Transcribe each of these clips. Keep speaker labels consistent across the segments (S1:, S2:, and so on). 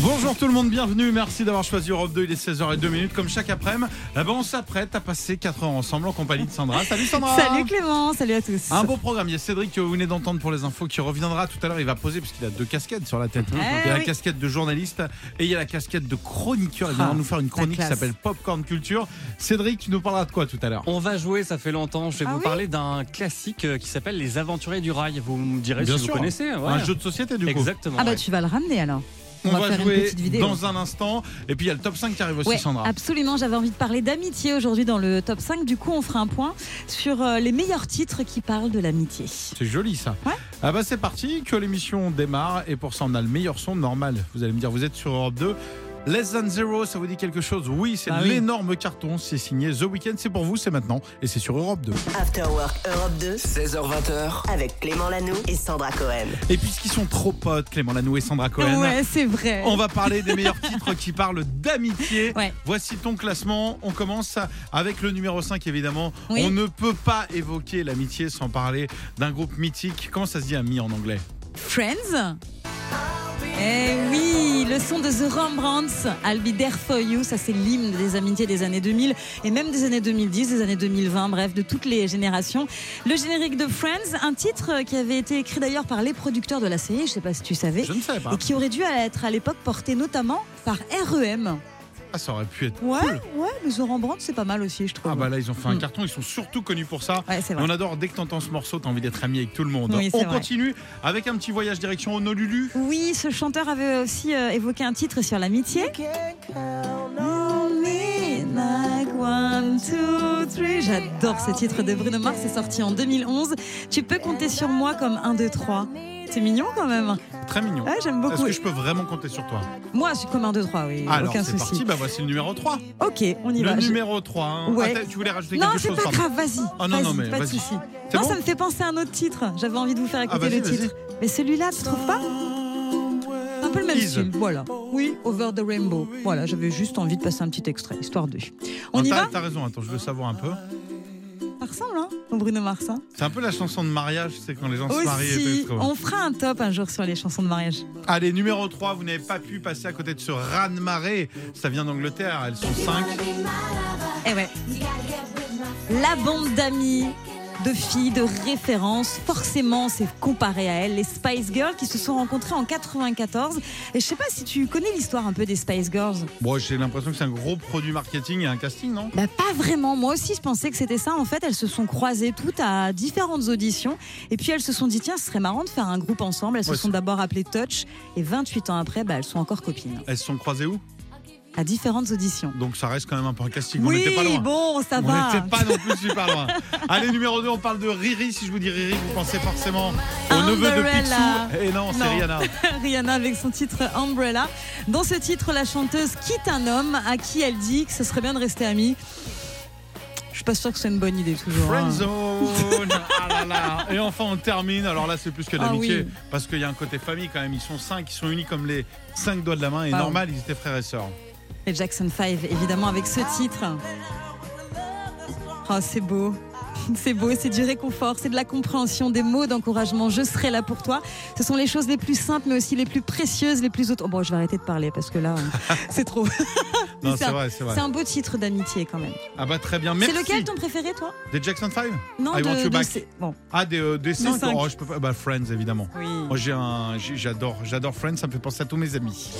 S1: Bonjour tout le monde, bienvenue, merci d'avoir choisi Europe 2, il est 16h02, comme chaque après-midi. Eh ben, on s'apprête à passer 4 heures ensemble en compagnie de Sandra. Salut Sandra
S2: Salut Clément, salut à tous.
S1: Un beau programme, il y a Cédric que vous venez d'entendre pour les infos qui reviendra tout à l'heure, il va poser puisqu'il a deux casquettes sur la tête. il y a la
S2: Ah oui.
S1: casquette de journaliste et il y a la casquette de chroniqueur, il vient
S2: Ah,
S1: nous faire une chronique qui
S2: classe.
S1: s'appelle Popcorn Culture. Cédric, tu nous parleras de quoi tout à l'heure
S3: On va jouer, ça fait longtemps. Je vais
S2: Ah
S3: vous
S2: oui
S3: parler d'un classique euh, qui s'appelle Les Aventuriers du Rail. Vous me direz
S1: Bien
S3: si
S1: sûr.
S3: vous connaissez. ouais.
S1: Un jeu de société du coup.
S3: Exactement.
S2: ah bah
S3: ouais.
S2: tu vas le ramener alors.
S1: On, va,
S2: faire une
S1: jouer
S2: petite vidéo.
S1: dans un instant et puis il y a le top 5 qui arrive aussi
S2: Ouais,
S1: Sandra.
S2: absolument, j'avais envie de parler d'amitié aujourd'hui dans le top 5. Du coup, on fera un point sur euh, les meilleurs titres qui parlent de l'amitié.
S1: C'est joli ça.
S2: Ouais.
S1: Ah bah c'est parti, que l'émission démarre et pour ça on a le meilleur son normal. Vous allez me dire, vous êtes sur Europe 2. Less Than Zero, ça vous dit quelque chose Oui, c'est
S2: Bah oui.
S1: l'énorme carton, c'est signé The Weeknd, c'est pour vous, c'est maintenant et c'est sur Europe 2.
S4: After Work Europe 2
S5: 16h20h.
S4: avec Clément Lano et Sandra Cohen.
S1: Et puisqu'ils sont trop potes, Clément Lanou et Sandra Cohen,
S2: Ouais, c'est vrai.
S1: on va parler des meilleurs titres qui parlent d'amitié.
S2: Ouais.
S1: Voici ton classement, on commence avec le numéro 5 évidemment.
S2: Oui.
S1: On ne peut pas évoquer l'amitié sans parler d'un groupe mythique. Comment ça se dit ami en anglais
S2: Friends Eh oui, le son de The Rembrandts, I'll be there for you, ça c'est l'hymne des amitiés des années 2000 et même des années 2010, des années 2020, bref, de toutes les générations. Le générique de Friends, un titre qui avait été écrit d'ailleurs par les producteurs de la série, je sais pas si tu savais,
S1: Je ne savais pas.
S2: et qui aurait dû être à l'époque porté notamment par REM.
S1: Ah, ça aurait pu être
S2: Ouais,
S1: cool.
S2: ouais, mais The Rembrandt c'est pas mal aussi, je trouve.
S1: Ah bah là ils ont fait un
S2: Mm.
S1: carton, ils sont surtout connus pour ça.
S2: Ouais, Ah, c'est
S1: Et
S2: vrai.
S1: On adore, dès que t'entends ce morceau, t'as envie d'être ami avec tout le monde.
S2: Oui,
S1: On
S2: c'est vrai.
S1: continue avec un petit voyage direction Honolulu.
S2: Oui, ce chanteur avait aussi euh, évoqué un titre sur l'amitié. J'adore ce titre de Bruno Mars, c'est sorti en 2011. Tu peux compter sur moi comme 1, 2, 3. C'est mignon quand même.
S1: Très mignon.
S2: Ouais, j'aime
S1: Est-ce
S2: Ah, beaucoup.
S1: que je peux vraiment compter sur toi
S2: Moi, je suis comme 1, 2, 3, oui.
S1: Alors
S2: aucun
S1: c'est
S2: souci.
S1: parti, bah voici le numéro 3.
S2: Ok, on y
S1: Le
S2: va. Je-
S1: numéro 3. hein.
S2: Ouais.
S1: Ah, t'as- tu voulais rajouter
S2: Non,
S1: quelque
S2: c'est
S1: chose
S2: pas
S1: pardon.
S2: grave, vas-y.
S1: Ah non, non,
S2: Vas-y,
S1: mais
S2: pas de
S1: vas-y.
S2: souci.
S1: C'est
S2: Non,
S1: bon Ah,
S2: ça me fait penser à un autre titre. J'avais envie de vous faire écouter
S1: vas-y, Ah,
S2: le titre. Mais celui-là, tu trouves pas Un peu le même
S1: Is.
S2: style, voilà. Oui, Over the Rainbow. Voilà, j'avais juste envie de passer un petit extrait, histoire de. On
S1: Non,
S2: y
S1: t'as-
S2: va
S1: T'as raison, attends, je veux savoir un peu.
S2: Ça ressemble, hein, au Bruno Mars. hein.
S1: C'est un peu la chanson de mariage, c'est quand les gens se marient et tout,
S2: Aussi,
S1: etc.
S2: on fera un top un jour sur les chansons de mariage.
S1: Allez, numéro 3, vous n'avez pas pu passer à côté de ce raz de marée. Ça vient d'Angleterre, elles sont 5.
S2: Eh ouais. La bande d'amis, de filles, de références, forcément, c'est comparé à elles, les Spice Girls qui se sont rencontrées en 94. Et je sais pas si tu connais l'histoire un peu des Spice Girls.
S1: Bon, j'ai l'impression que c'est un gros produit marketing et un casting, non
S2: Bah pas vraiment, moi aussi je pensais que c'était ça. En fait, elles se sont croisées toutes à différentes auditions et puis elles se sont dit tiens, ce serait marrant de faire un groupe ensemble. Elles se
S1: Ouais,
S2: sont
S1: c'est-
S2: d'abord appelées Touch et 28 ans après, bah, elles sont encore copines
S1: Elles se sont croisées où
S2: à différentes auditions.
S1: Donc ça reste quand même un peu un casting. on
S2: oui,
S1: n'était pas loin.
S2: bon, ça
S1: on
S2: va.
S1: n'était pas non plus super loin. Allez, numéro 2, on parle de Riri. Si je vous dis Riri, vous pensez forcément au neveu de
S2: Umbrella.
S1: Picsou. Et non, c'est
S2: Non.
S1: Rihanna.
S2: Rihanna avec son titre Umbrella. Dans ce titre, la chanteuse quitte un homme à qui elle dit que ce serait bien de rester amie. Je suis pas sûre que c'est une bonne idée toujours. hein.
S1: Friendzone. Ah là là. Et enfin, on termine. Alors là, c'est plus que
S2: Ah
S1: d'amitié.
S2: oui.
S1: Parce qu'il y a un côté famille quand même. Ils sont cinq, ils sont unis comme les cinq doigts de la main. Et
S2: Ah.
S1: normal, ils étaient frères et sœurs.
S2: Et Jackson 5, évidemment, avec ce titre. Oh, c'est beau. C'est beau, c'est du réconfort, c'est de la compréhension, des mots d'encouragement. Je serai là pour toi. Ce sont les choses les plus simples, mais aussi les plus précieuses, les plus autres. Oh, bon, je vais arrêter de parler parce que là, euh, c'est trop.
S1: Non, c'est
S2: C'est un-
S1: vrai, c'est vrai.
S2: C'est un beau titre d'amitié quand même.
S1: Ah bah très bien.
S2: C'est
S1: Merci.
S2: lequel ton préféré, toi
S1: Des Jackson 5
S2: Non,
S1: I
S2: de,
S1: want you
S2: de
S1: back.
S2: ces- Bon,
S1: Ah, des, euh, des cinq.
S2: cinq.
S1: Oh, je peux pas. Bah, Friends, évidemment.
S2: oui.
S1: Moi, j'ai un, j'ai- j'adore, j'adore Friends. Ça me fait penser à tous mes amis.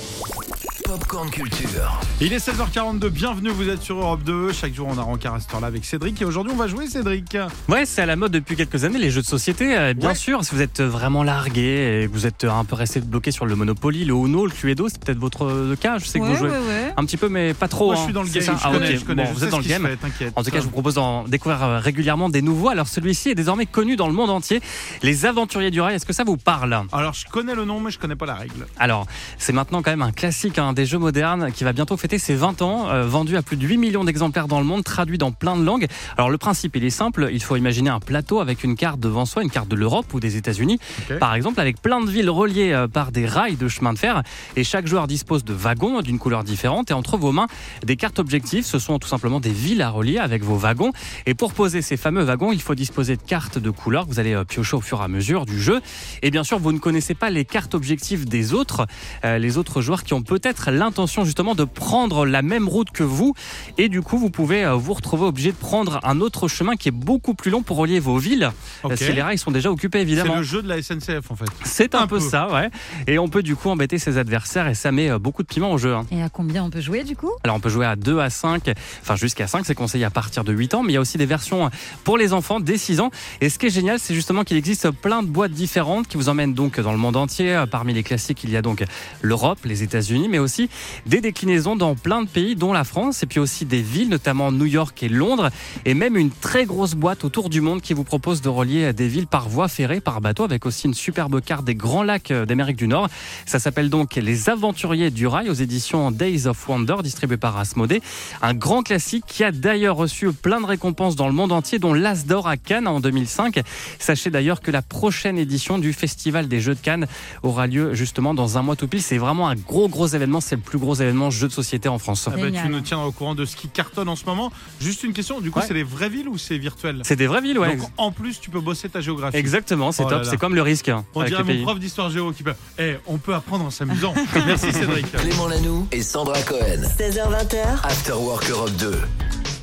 S5: Popcorn Culture.
S1: Il est 16h42, bienvenue, vous êtes sur Europe 2. Chaque jour, on a rencard à cette heure-là avec Cédric. Et aujourd'hui, on va jouer, Cédric.
S3: Ouais, c'est à la mode depuis quelques années, les jeux de société. Euh, Bien
S1: Ouais.
S3: sûr, si vous êtes vraiment largué et que vous êtes un peu resté bloqué sur le Monopoly, le Uno, le Cluedo, c'est peut-être votre euh, cas. Je sais que
S2: Ouais,
S3: vous jouez
S2: ouais, ouais.
S3: un petit peu, mais pas trop.
S1: Moi, je
S3: hein.
S1: suis dans le
S3: C'est
S1: game.
S3: ça
S1: Je
S3: Ah,
S1: connais,
S3: ok.
S1: je connais.
S3: Bon,
S1: je
S3: vous
S1: sais
S3: êtes dans
S1: ce
S3: le
S1: qui se
S3: game.
S1: fait, t'inquiète.
S3: En tout cas, je vous propose d'en découvrir euh, régulièrement des nouveaux. Alors celui-ci est désormais connu dans le monde entier. Les Aventuriers du Rail, est-ce que ça vous parle
S1: Alors, je connais le nom, mais je connais pas la règle.
S3: Alors, c'est maintenant quand même un classique hein, des jeux modernes qui va bientôt fêter ses 20 ans, euh, vendu à plus de 8 millions d'exemplaires dans le monde, traduit dans plein de langues. Alors le principe, il est simple, il faut imaginer un plateau avec une carte devant soi, une carte de l'Europe ou des États-Unis,
S1: Ok.
S3: par exemple, avec plein de villes reliées euh, par des rails de chemin de fer. Et chaque joueur dispose de wagons d'une couleur différente. Et entre vos mains, des cartes objectifs, ce sont tout simplement des villes à relier avec vos wagons. Et pour poser ces fameux wagons, il faut disposer de cartes de couleur que vous allez euh, piocher au fur et à mesure du jeu. Et bien sûr, vous ne connaissez pas les cartes objectifs des autres, euh, les autres joueurs qui ont peut-être l'intention justement de prendre la même route que vous. Et du coup, vous pouvez euh, vous retrouver obligé de prendre un autre chemin qui est beaucoup plus long pour relier vos villes.
S1: Ok.
S3: Parce que les rails sont déjà occupés,
S1: C'est
S3: évidemment.
S1: le jeu de la SNCF en fait.
S3: C'est un,
S1: Un
S3: peu,
S1: peu.
S3: ça, ouais. Et on peut du coup embêter ses adversaires et ça met euh, beaucoup de piment au jeu. hein.
S2: Et à combien on peut jouer du coup
S3: Alors on peut jouer à 2 à 5, enfin jusqu'à 5, c'est conseillé à partir de 8 ans, mais il y a aussi des versions hein, pour les enfants dès 6 ans. Et ce qui est génial, c'est justement qu'il existe plein de boîtes différentes qui vous emmènent donc dans le monde entier. Euh, Parmi les classiques, il y a donc l'Europe, les États-Unis, mais aussi des déclinaisons dans plein de pays, dont la France, et puis aussi des villes, notamment New York et Londres, et même une très grosse boîte autour du monde qui vous propose de relier des villes par voie ferrée, par bateau, avec aussi une superbe carte des grands lacs euh, d'Amérique du Nord. Ça s'appelle donc Les Aventuriers du Rail aux éditions Days of Wonder, distribué par Asmodée. Un grand classique qui a d'ailleurs reçu plein de récompenses dans le monde entier, dont l'As d'Or à Cannes en 2005. Sachez d'ailleurs que la prochaine édition du Festival des Jeux de Cannes aura lieu justement dans un mois tout pile. C'est vraiment un gros, gros événement. C'est le plus gros événement jeu de société en France.
S1: Ah bah,
S2: Génial.
S1: tu nous tiendras au courant de ce qui cartonne en ce moment. Juste une question, du coup,
S3: Ouais.
S1: c'est les vraies villes ou c'est virtuel
S3: C'est des vraies villes, ouais.
S1: Donc en plus, tu peux bosser ta géographie.
S3: Exactement, c'est
S1: Oh là
S3: top.
S1: là.
S3: C'est comme le risque hein,
S1: On
S3: avec
S1: dirait
S3: les
S1: mon
S3: pays.
S1: prof d'histoire géo qui peut. Eh, on peut apprendre en s'amusant. Merci Cédric.
S5: Clément Lanoux et Sandra Cohen.
S4: 16h, 20h,
S5: After Work Europe 2.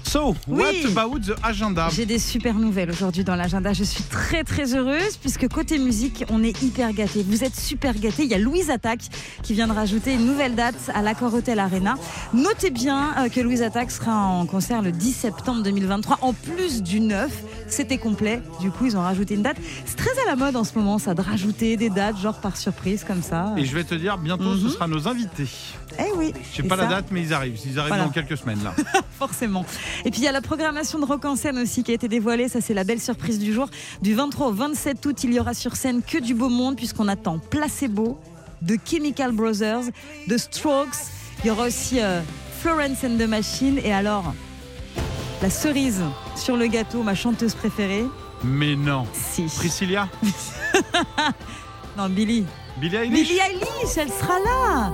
S1: So,
S2: Oui.
S1: what about the agenda
S2: J'ai des super nouvelles aujourd'hui dans l'agenda. Je suis très très heureuse puisque côté musique, on est hyper gâtés. Vous êtes super gâtés. Il y a Louise Attaque qui vient de rajouter une nouvelle date à l'Accor Hotel Arena. Notez bien euh, que Louise Attaque sera en concert le 10 septembre 2023 en plus du 9. C'était complet. Du coup, ils ont rajouté une date. C'est très à la mode en ce moment, ça, de rajouter des dates genre par surprise comme ça.
S1: Et je vais te dire, bientôt,
S3: Mhm.
S1: ce sera nos invités.
S2: Eh oui.
S1: Je sais
S2: Et
S1: pas la
S2: ça,
S1: date, mais ils arrivent. Ils arrivent
S2: Voilà.
S1: dans quelques semaines, là.
S2: forcément. Et puis il y a la programmation de Rock en scène aussi qui a été dévoilée, ça c'est la belle surprise du jour. Du 23 au 27 août, il y aura sur scène que du beau monde puisqu'on attend Placebo, de Chemical Brothers, de Strokes, il y aura aussi euh, Florence and the Machine et alors la cerise sur le gâteau, ma chanteuse préférée,
S1: Mais non.
S2: si.
S1: Priscilla
S2: Non, Billy.
S1: Billie Eilish
S2: Billie Eilish, elle sera là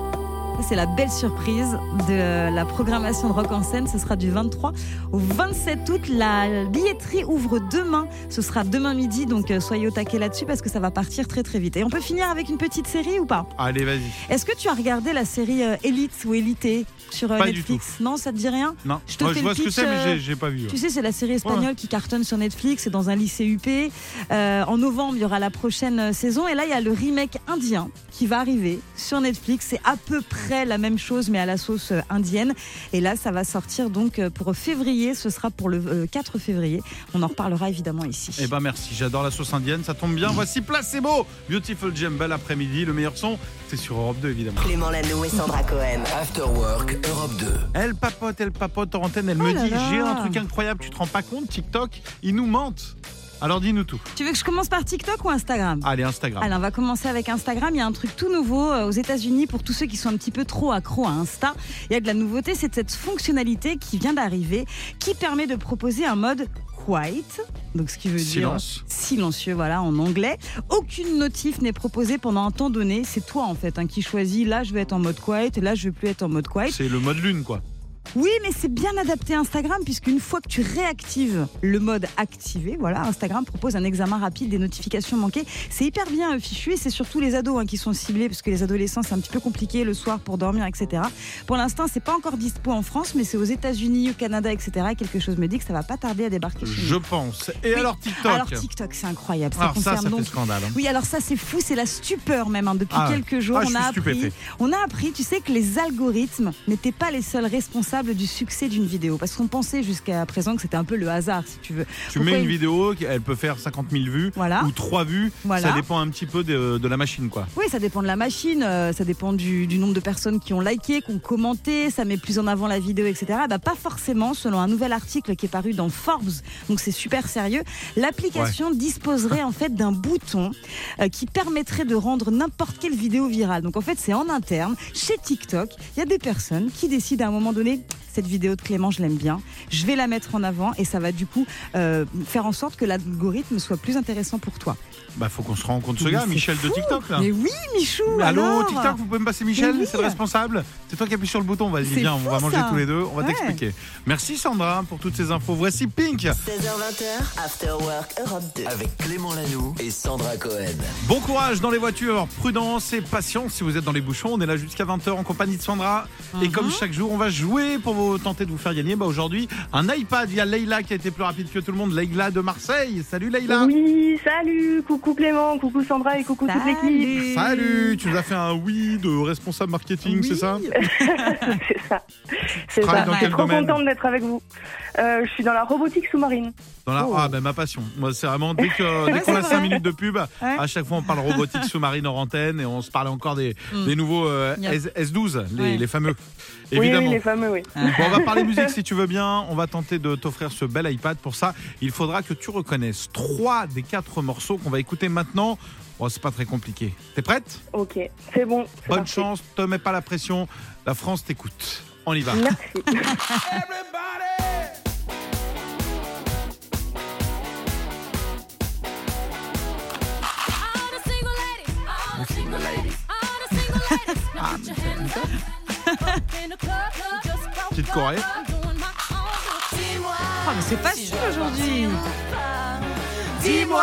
S2: Ça, c'est la belle surprise de la programmation de Rock en scène. Ce sera du 23 au 27 août. La billetterie ouvre demain. Ce sera demain midi, donc euh, soyez au taquet là-dessus parce que ça va partir très très vite. Et on peut finir avec une petite série ou pas
S1: Allez, vas-y.
S2: Est-ce que tu as regardé la série euh, Elite ou Élité sur euh,
S1: Pas du
S2: Netflix Non, ça te dit rien
S1: Non,
S2: Je te
S1: Moi,
S2: fais
S1: je
S2: le
S1: vois ce que
S2: pitch,
S1: c'est, mais
S2: euh,
S1: j'ai- j'ai pas vu. ouais.
S2: tu sais, c'est la série espagnole qui cartonne sur Netflix, c'est dans un lycée UP. Euh, en novembre, il y aura la prochaine euh, saison. Et là, il y a le remake indien qui va arriver sur Netflix. C'est à peu près la même chose, mais à la sauce euh, indienne. Et là, ça va sortir donc euh, pour février. Ce sera pour le euh, 4 février. On en reparlera évidemment ici.
S1: Eh ben merci, j'adore la sauce indienne, ça tombe bien. Voici Placebo, Beautiful Gem, bel après-midi. Le meilleur son, c'est sur Europe 2 évidemment.
S4: Clément Lanoux et Sandra Cohen.
S5: After Work Europe 2.
S1: Elle papote, elle papote en antenne, elle me
S2: Oh là
S1: dit
S2: là.
S1: j'ai un truc incroyable, tu te rends pas compte, TikTok, ils nous mentent. Alors dis-nous tout.
S2: Tu veux que je commence par TikTok ou Instagram
S1: Allez, Instagram.
S2: Allez, on va commencer avec Instagram. Il y a un truc tout nouveau euh, aux États-Unis pour tous ceux qui sont un petit peu trop accros à Insta. Il y a de la nouveauté, c'est cette fonctionnalité qui vient d'arriver, qui permet de proposer un mode quiet, donc ce qui veut dire
S1: Silence.
S2: silencieux, voilà, en anglais. Aucune notif n'est proposée pendant un temps donné. C'est toi en fait hein, qui choisis. Là, je vais être en mode quiet, là, je vais plus être en mode quiet.
S1: C'est le mode lune quoi.
S2: Oui, mais c'est bien adapté à Instagram puisqu'une fois que tu réactives le mode activé, voilà, Instagram propose un examen rapide des notifications manquées. C'est hyper bien euh, fichu et c'est surtout les ados hein, qui sont ciblés parce que les adolescents c'est un petit peu compliqué le soir pour dormir, etc. Pour l'instant, c'est pas encore dispo en France, mais c'est aux États-Unis, au Canada, etc. Et quelque chose me dit que ça va pas tarder à débarquer. chez
S1: Je
S2: nous.
S1: pense. Et
S2: Oui.
S1: alors TikTok
S2: Alors TikTok, c'est incroyable. Ça
S1: Alors, ça,
S2: concerne
S1: ça fait
S2: donc
S1: scandale. hein.
S2: oui, alors ça c'est fou, c'est la stupeur même. hein. Depuis
S1: Ah ouais.
S2: quelques jours,
S1: Ah, je
S2: on,
S1: suis
S2: a
S1: stupéfait.
S2: appris, on a appris, tu sais, que les algorithmes n'étaient pas les seuls responsables responsable du succès d'une vidéo Parce qu'on pensait jusqu'à présent que c'était un peu le hasard, si tu veux.
S1: Tu
S2: Pourquoi
S1: mets une
S2: il-
S1: vidéo, elle peut faire 50 000 vues
S2: Voilà.
S1: ou 3 vues.
S2: Voilà.
S1: Ça dépend un petit peu de, de la machine, quoi.
S2: Oui, ça dépend de la machine, euh, ça dépend du, du nombre de personnes qui ont liké, qui ont commenté, ça met plus en avant la vidéo, etc. Bah, pas forcément, selon un nouvel article qui est paru dans Forbes, donc c'est super sérieux, l'application disposerait en fait d'un bouton euh, qui permettrait de rendre n'importe quelle vidéo virale. Donc en fait, c'est en interne, chez TikTok, il y a des personnes qui décident à un moment donné, cette vidéo de Clément, je l'aime bien, je vais la mettre en avant et ça va du coup euh, faire en sorte que l'algorithme soit plus intéressant pour toi.
S1: Bah, faut qu'on se rende compte de ce
S2: Mais
S1: gars,
S2: c'est
S1: Michel de
S2: fou.
S1: TikTok, là.
S2: Mais oui, Michou
S1: Mais Allô,
S2: alors
S1: TikTok, vous pouvez me passer Michel
S2: Mais oui.
S1: C'est le responsable C'est toi qui appuies sur le bouton, vas-y,
S2: C'est
S1: viens,
S2: fou,
S1: on va manger
S2: ça.
S1: tous les deux, on va
S2: Ouais.
S1: t'expliquer. Merci Sandra pour toutes ces infos. Voici Pink.
S4: 16h20, After Work Europe 2.
S5: Avec Clément Lanoux et Sandra Cohen.
S1: Bon courage dans les voitures, prudence et patience si vous êtes dans les bouchons. On est là jusqu'à 20h en compagnie de Sandra. Et
S2: Uh-huh.
S1: comme chaque jour, on va jouer pour vous tenter de vous faire gagner. Bah, Aujourd'hui, un iPad via Leïla qui a été plus rapide que tout le monde. Leïla de Marseille. Salut Leïla.
S6: Oui, salut, coucou Clément, coucou Sandra et coucou toute l'équipe.
S1: Salut, tu nous as fait un oui de responsable marketing,
S2: Oui.
S1: c'est ça
S6: C'est ça. C'est
S1: travailles
S6: ça.
S2: dans
S6: Je
S1: quel
S6: suis trop
S1: domaine
S6: contente d'être avec vous. Euh, je suis dans la robotique sous-marine.
S1: Dans la...
S2: Oh.
S1: Ah, ben ma passion. Moi, c'est vraiment dès que- dès
S2: Ouais,
S1: qu'on
S2: c'est
S1: a
S2: vrai.
S1: 5 minutes de pub, à
S2: Ouais.
S1: chaque fois on parle robotique sous-marine en antenne et on se parle encore des,
S2: Mm.
S1: des nouveaux euh,
S2: Yep.
S1: S- S12, les,
S2: Ouais.
S1: les fameux.
S6: Oui,
S1: Évidemment.
S6: oui, les fameux, oui.
S1: Bon, on va parler musique si tu veux bien. On va tenter de t'offrir ce bel iPad. Pour ça, il faudra que tu reconnaisses trois des quatre morceaux qu'on va écouter maintenant. Bon, c'est pas très compliqué. T'es prête
S6: Ok, c'est bon. c'est
S1: Bonne
S6: parti.
S1: chance, te mets pas la pression. La France t'écoute. On y va.
S6: Merci.
S7: Petite Corée.
S2: Oh, mais c'est facile aujourd'hui
S7: Dis-moi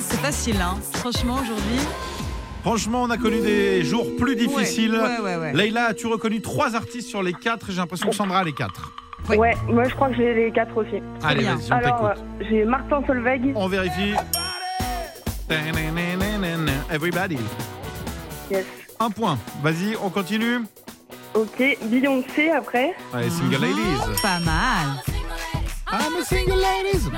S2: C'est facile, hein Franchement, aujourd'hui...
S1: Franchement, on a connu des jours plus difficiles.
S2: Ouais, ouais, ouais. ouais.
S1: Leïla, as-tu reconnu trois artistes sur les quatre J'ai l'impression que Sandra a les quatre.
S2: Oui.
S6: Ouais, moi je crois que j'ai les quatre aussi.
S1: Allez,
S2: bien.
S1: vas-y, on
S6: Alors,
S1: t'écoute. Oh.
S6: euh, j'ai Martin Solveig,
S1: On vérifie. Everybody.
S6: yes.
S1: Un point. Vas-y, on continue.
S6: Ok, Beyoncé après.
S1: Allez,
S2: Mhm.
S1: single ladies.
S2: Pas mal Ah,
S1: I'm a single ladies.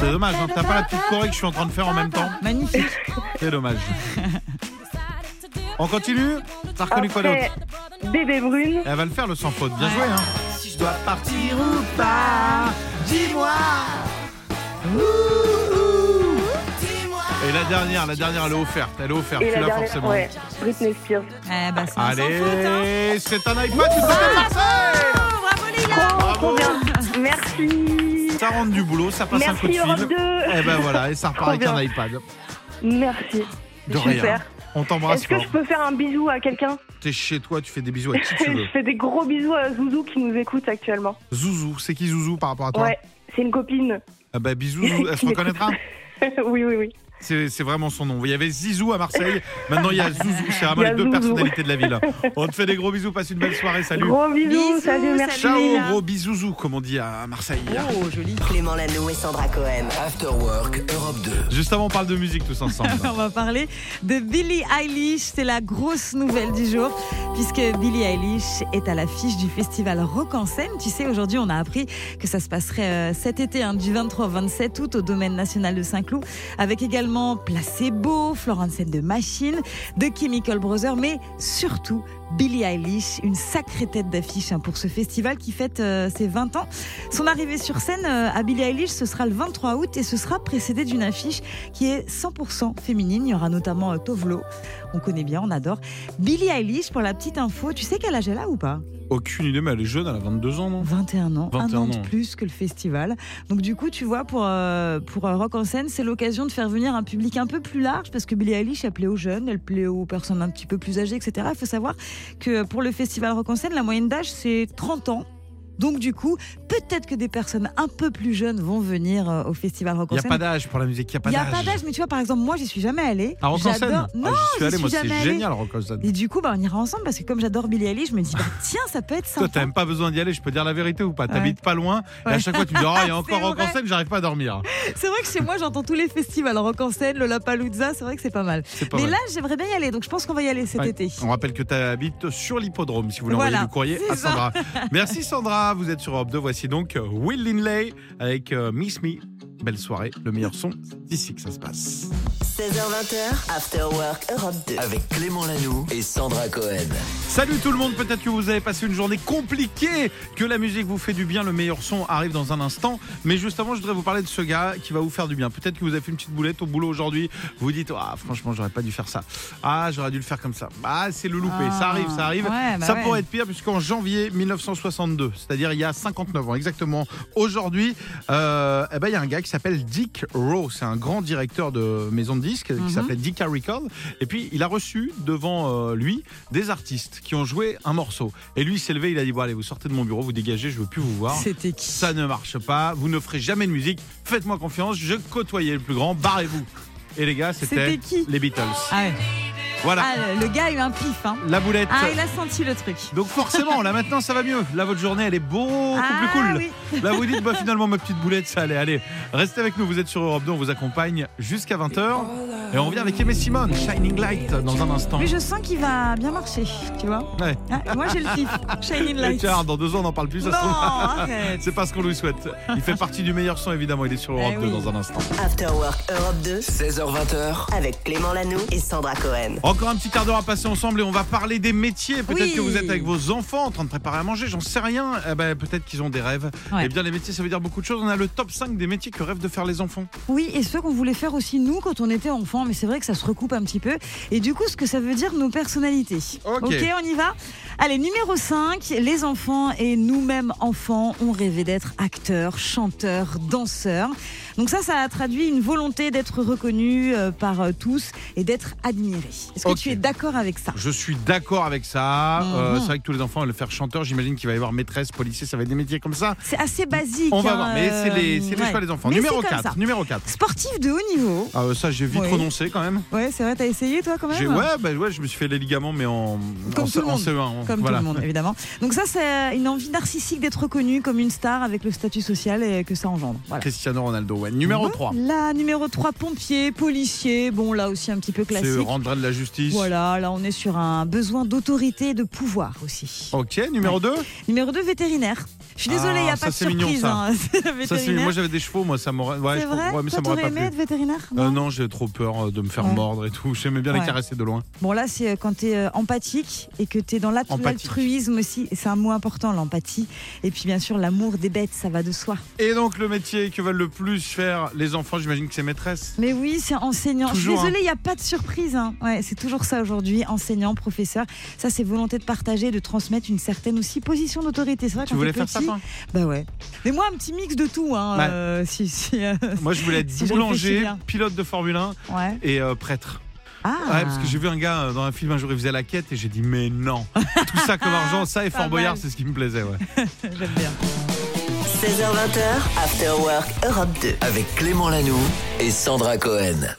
S1: C'est dommage, hein, t'as pas la petite choré que je suis en train de faire en même temps.
S2: Magnifique
S1: C'est dommage.
S7: On continue T'as reconnu quoi
S6: Après,
S7: d'autre
S6: Bébé Brune.
S1: Elle va le faire le sans faute. Bien
S2: Ouais.
S1: joué. Hein. Si je dois partir ou pas, dis-moi. Et la dernière, la dernière, elle est offerte. Elle est offerte.
S6: Et
S1: tu
S6: la
S1: l'as
S6: dernière,
S1: forcément.
S6: ouais, Britney Spears.
S2: Eh ben,
S1: Ah,
S2: c'est un sans faute, hein.
S1: Allez, c'est un iPad. c'est un Marseille.
S2: Oh, Bravo, Lila
S6: Trop, trop bien. Merci.
S1: Ça rentre du boulot, ça passe un coup de
S6: Merci Europe 2.
S1: fil. Eh. Et ben voilà, et ça repart
S6: Trop
S1: avec un
S6: bien.
S1: iPad.
S6: Merci.
S1: De rien.
S6: Super.
S1: On t'embrasse
S6: Est-ce que
S1: fort.
S6: je peux faire un bisou à quelqu'un
S1: T'es chez toi, tu fais des bisous à qui tu veux.
S6: Je fais des gros bisous à Zouzou qui nous écoute actuellement.
S1: Zouzou, c'est qui Zouzou par rapport à toi
S6: Ouais, c'est une copine.
S1: Ah bah bisous, Zouzou. elle se reconnaîtra.
S6: oui, oui, oui.
S1: C'est c'est vraiment son nom. Il y avait Zizou à Marseille, maintenant il y a Zouzou. C'est vraiment
S6: Il y a
S1: les deux
S6: Zouzou.
S1: personnalités de la ville. On te fait des gros bisous, passe une belle soirée, salut.
S6: Gros bisous,
S2: Bisous,
S6: salut, merci.
S2: salut.
S1: Ciao,
S2: Lila.
S1: gros bisouzou, comme on dit à Marseille.
S2: Oh, joli
S4: Clément Lanoux et Sandra Cohen.
S5: After Work Europe 2.
S1: Juste avant, on parle de musique tous ensemble.
S2: On va parler de Billie Eilish. C'est la grosse nouvelle du jour, puisque Billie Eilish est à l'affiche du festival Rock en scène. Tu sais, aujourd'hui, on a appris que ça se passerait euh, cet été, hein, du 23 au 27 août, au domaine national de Saint-Cloud, avec également Placebo, Florence and de Machine, The Chemical Brothers, mais surtout Billie Eilish, une sacrée tête d'affiche hein, pour ce festival qui fête euh, ses 20 ans. Son arrivée sur scène euh, à Billie Eilish, ce sera le 23 août et ce sera précédé d'une affiche qui est 100% féminine. Il y aura notamment euh, Tovlo, on connaît bien, on adore. Billie Eilish, pour la petite info, tu sais quel âge elle a ou pas
S1: Aucune idée, mais elle est jeune, elle a 22 ans, non
S2: 21 ans, un
S1: 21
S2: an de
S1: ans.
S2: plus que le festival. Donc du coup, tu vois, pour, euh, pour euh, Rock en scène, c'est l'occasion de faire venir un public un peu plus large, parce que Billie Eilish, elle plaît aux jeunes, elle plaît aux personnes un petit peu plus âgées, etc. Il faut savoir que pour le festival Rock en scène, la moyenne d'âge, c'est 30 ans. Donc du coup, peut-être que des personnes un peu plus jeunes vont venir euh, au festival Rock
S1: Il
S2: en
S1: n'y a
S2: Seine.
S1: pas d'âge pour la musique, il n'y a pas
S2: Il n'y a
S1: d'âge.
S2: pas d'âge, mais tu vois, par exemple, moi, j'y suis jamais allée.
S1: À Rock en Seine
S2: J'adore.
S1: Ah,
S2: Non,
S1: J'y suis allé,
S2: j'y
S1: moi,
S2: suis
S1: c'est
S2: jamais allée.
S1: génial, Rock en Seine.
S2: Et du coup, bah, on ira ensemble parce que comme j'adore Billie Eilish, je me dis, bah, tiens, ça peut être
S1: Toi,
S2: sympa.
S1: t'as même pas besoin d'y aller, je peux dire la vérité ou pas.
S2: Ouais.
S1: T'habites pas loin, et à
S2: Ouais.
S1: chaque fois, tu me dis, oh, il y a encore
S2: C'est
S1: Rock en
S2: vrai.
S1: Seine, j'arrive pas à dormir.
S2: C'est vrai que chez moi, j'entends tous les festivals, Rock en scène, le Lapalooza, c'est vrai que c'est pas mal.
S1: C'est pas
S2: mais
S1: vrai.
S2: là, j'aimerais bien y aller, donc je pense qu'on va y aller cet
S1: Ouais.
S2: été.
S1: On rappelle que tu habites sur l'hippodrome si vous voulez
S2: Voilà,
S1: envoyer du courrier
S2: c'est
S1: à Sandra. Merci Sandra, vous êtes sur Europe 2. Voici donc euh, Will Linley avec euh, Miss Me. Belle soirée, le meilleur son, c'est ici que ça se passe.
S4: 16h20, After Work Europe 2.
S5: Avec Clément Lanoux et Sandra Cohen.
S1: Salut tout le monde, peut-être que vous avez passé une journée compliquée, que la musique vous fait du bien, le meilleur son arrive dans un instant. Mais juste avant, je voudrais vous parler de ce gars qui va vous faire du bien. Peut-être que vous avez fait une petite boulette au boulot aujourd'hui, vous vous dites, ah franchement, j'aurais pas dû faire ça. Ah, j'aurais dû le faire comme ça. Ah, c'est le loupé,
S2: Ah,
S1: ça arrive, ça arrive.
S2: ouais, bah
S1: ça
S2: ouais.
S1: pourrait être pire puisqu'en janvier 1962, c'est-à-dire il y a 59 ans exactement, aujourd'hui, euh, eh ben, il y a un gars qui s'appelle Dick Rowe, c'est un grand directeur de maison de disques
S2: Mhm.
S1: qui s'appelait Dick Records. Et puis il a reçu devant euh, lui des artistes qui ont joué un morceau. Et lui il s'est levé, il a dit bon allez vous sortez de mon bureau, vous dégagez, je veux plus vous voir.
S2: C'était qui
S1: Ça ne marche pas, vous ne ferez jamais de musique, faites-moi confiance, je côtoyais le plus grand, barrez-vous. Et les gars,
S2: C'était
S1: c'était
S2: qui
S1: les Beatles.
S2: Ah ouais.
S1: Voilà,
S2: Ah, le- le gars a eu un pif. Hein.
S1: la boulette.
S2: Ah, il a senti le truc.
S1: Donc forcément, là maintenant ça va mieux. Là votre journée elle est beaucoup
S2: ah,
S1: plus cool.
S2: oui.
S1: Là vous dites bah finalement ma petite boulette ça allait. Allez, restez avec nous, vous êtes sur Europe 2, on vous accompagne jusqu'à 20h. Et on revient avec Aimé Simone, Shining Light dans un instant.
S2: Mais je sens qu'il va bien marcher, tu vois.
S1: Ouais.
S2: Ah, moi, j'ai le pif. Shining
S1: Et
S2: Light.
S1: tiens, dans deux ans on n'en parle plus, ça
S2: non,
S1: se trouve.
S2: arrête.
S1: C'est pas ce qu'on lui souhaite. Il fait partie du meilleur son évidemment, il est sur Europe
S2: Eh
S1: 2
S2: oui.
S1: dans un instant.
S4: After Work Europe 2
S5: 16h20h.
S4: avec Clément Lanoux et Sandra Cohen.
S1: Encore un petit quart d'heure à passer ensemble et on va parler des métiers. Peut-être
S2: Oui.
S1: que vous êtes avec vos enfants en train de préparer à manger, j'en sais rien. Eh ben, peut-être qu'ils ont des rêves.
S2: Ouais.
S1: Eh bien les métiers ça veut dire beaucoup de choses. On a le top 5 des métiers que rêvent de faire les enfants.
S2: Oui, et ce qu'on voulait faire aussi nous quand on était enfant, mais c'est vrai que ça se recoupe un petit peu. Et du coup, ce que ça veut dire nos personnalités.
S1: Ok.
S2: on y va. Allez, numéro 5, les enfants et nous-mêmes enfants, on rêvait d'être acteurs, chanteurs, danseurs. Donc ça, ça a traduit une volonté d'être reconnu euh, par euh, tous et d'être admiré. Est-ce que
S1: Ok.
S2: tu es d'accord avec ça
S1: Je suis d'accord avec ça. Euh,
S2: Mhm.
S1: c'est vrai que tous les enfants veulent faire chanteur. J'imagine qu'il va y avoir maîtresse, policier, ça va être des métiers comme ça.
S2: C'est assez basique.
S1: On va
S2: hein, euh,
S1: voir, mais c'est les, c'est les
S2: ouais.
S1: choix des enfants.
S2: Mais
S1: numéro
S2: c'est comme
S1: 4.
S2: ça.
S1: Numéro 4.
S2: Sportif de haut niveau.
S1: Ah, euh, ça, j'ai vite
S2: Oui.
S1: prononcé quand même.
S2: Ouais, c'est vrai, t'as essayé toi quand même
S1: J'ai- ouais, bah, ouais, je me suis fait les ligaments, mais en,
S2: Comme
S1: en,
S2: tout le
S1: en
S2: monde.
S1: CE1. en- hein.
S2: Comme
S1: voilà.
S2: tout le monde, évidemment. Donc ça, c'est une envie narcissique d'être reconnue comme une star avec le statut social et que ça engendre. Voilà.
S1: Cristiano Ronaldo, ouais. Numéro 3.
S2: La numéro 3, pompier, policier. Bon, là aussi un petit peu
S1: C'est
S2: classique.
S1: rendre de la justice.
S2: Voilà, là on est sur un besoin d'autorité et de pouvoir aussi.
S1: Ok, numéro 2.
S2: Numéro 2, vétérinaire. Je suis
S1: Ah,
S2: désolée, il n'y a
S1: ça,
S2: pas de
S1: c'est mignon,
S2: surprise.
S1: ça.
S2: hein.
S1: Ça, c'est-
S2: vétérinaire.
S1: moi, j'avais des chevaux, moi, ça m'aurait. Ouais,
S2: c'est
S1: je comprends-
S2: vrai
S1: ouais, mais ça
S2: Toi,
S1: m'aurait pas
S2: t'aurais aimé
S1: plu.
S2: être vétérinaire
S1: Euh, non, j'ai trop peur euh, de me faire
S2: Ouais.
S1: mordre et tout. J'aimais bien les
S2: Ouais.
S1: caresser de loin.
S2: Bon, là, c'est euh, quand tu es empathique et que tu es dans l'alt-
S1: Empathique.
S2: l'altruisme aussi. Et C'est un mot important, l'empathie. Et puis, bien sûr, l'amour des bêtes, ça va de soi.
S1: Et donc, le métier que veulent le plus faire les enfants, j'imagine que c'est maîtresse.
S2: Mais oui, c'est
S1: Toujours,
S2: enseignant.
S1: hein.
S2: Je suis désolée, il n'y a pas de surprise. hein. Ouais, c'est toujours ça aujourd'hui, enseignant, professeur. Ça, c'est volonté de partager, de transmettre une certaine aussi position d'autorité. C'est vrai
S1: Tu
S2: quand
S1: voulais
S2: t'es
S1: faire ça,
S2: petit,
S1: toi
S2: Bah ouais. Mais moi, un petit mix de tout. Hein,
S1: Ouais.
S2: euh, si, si, euh,
S1: Moi, je voulais être
S2: Si je réfléchis
S1: boulanger,
S2: bien.
S1: pilote de Formule 1
S2: ouais.
S1: et euh, prêtre.
S2: Ah.
S1: Ouais, parce que j'ai vu un gars euh, dans un film un jour, il faisait la quête et j'ai dit, mais non. Tout ça comme argent, ça et
S2: Pas
S1: Fort Boyard,
S2: mal.
S1: c'est ce qui me plaisait. Ouais.
S2: J'aime bien.
S4: 16h20, After Work Europe 2.
S5: Avec Clément Lanoux et Sandra Cohen.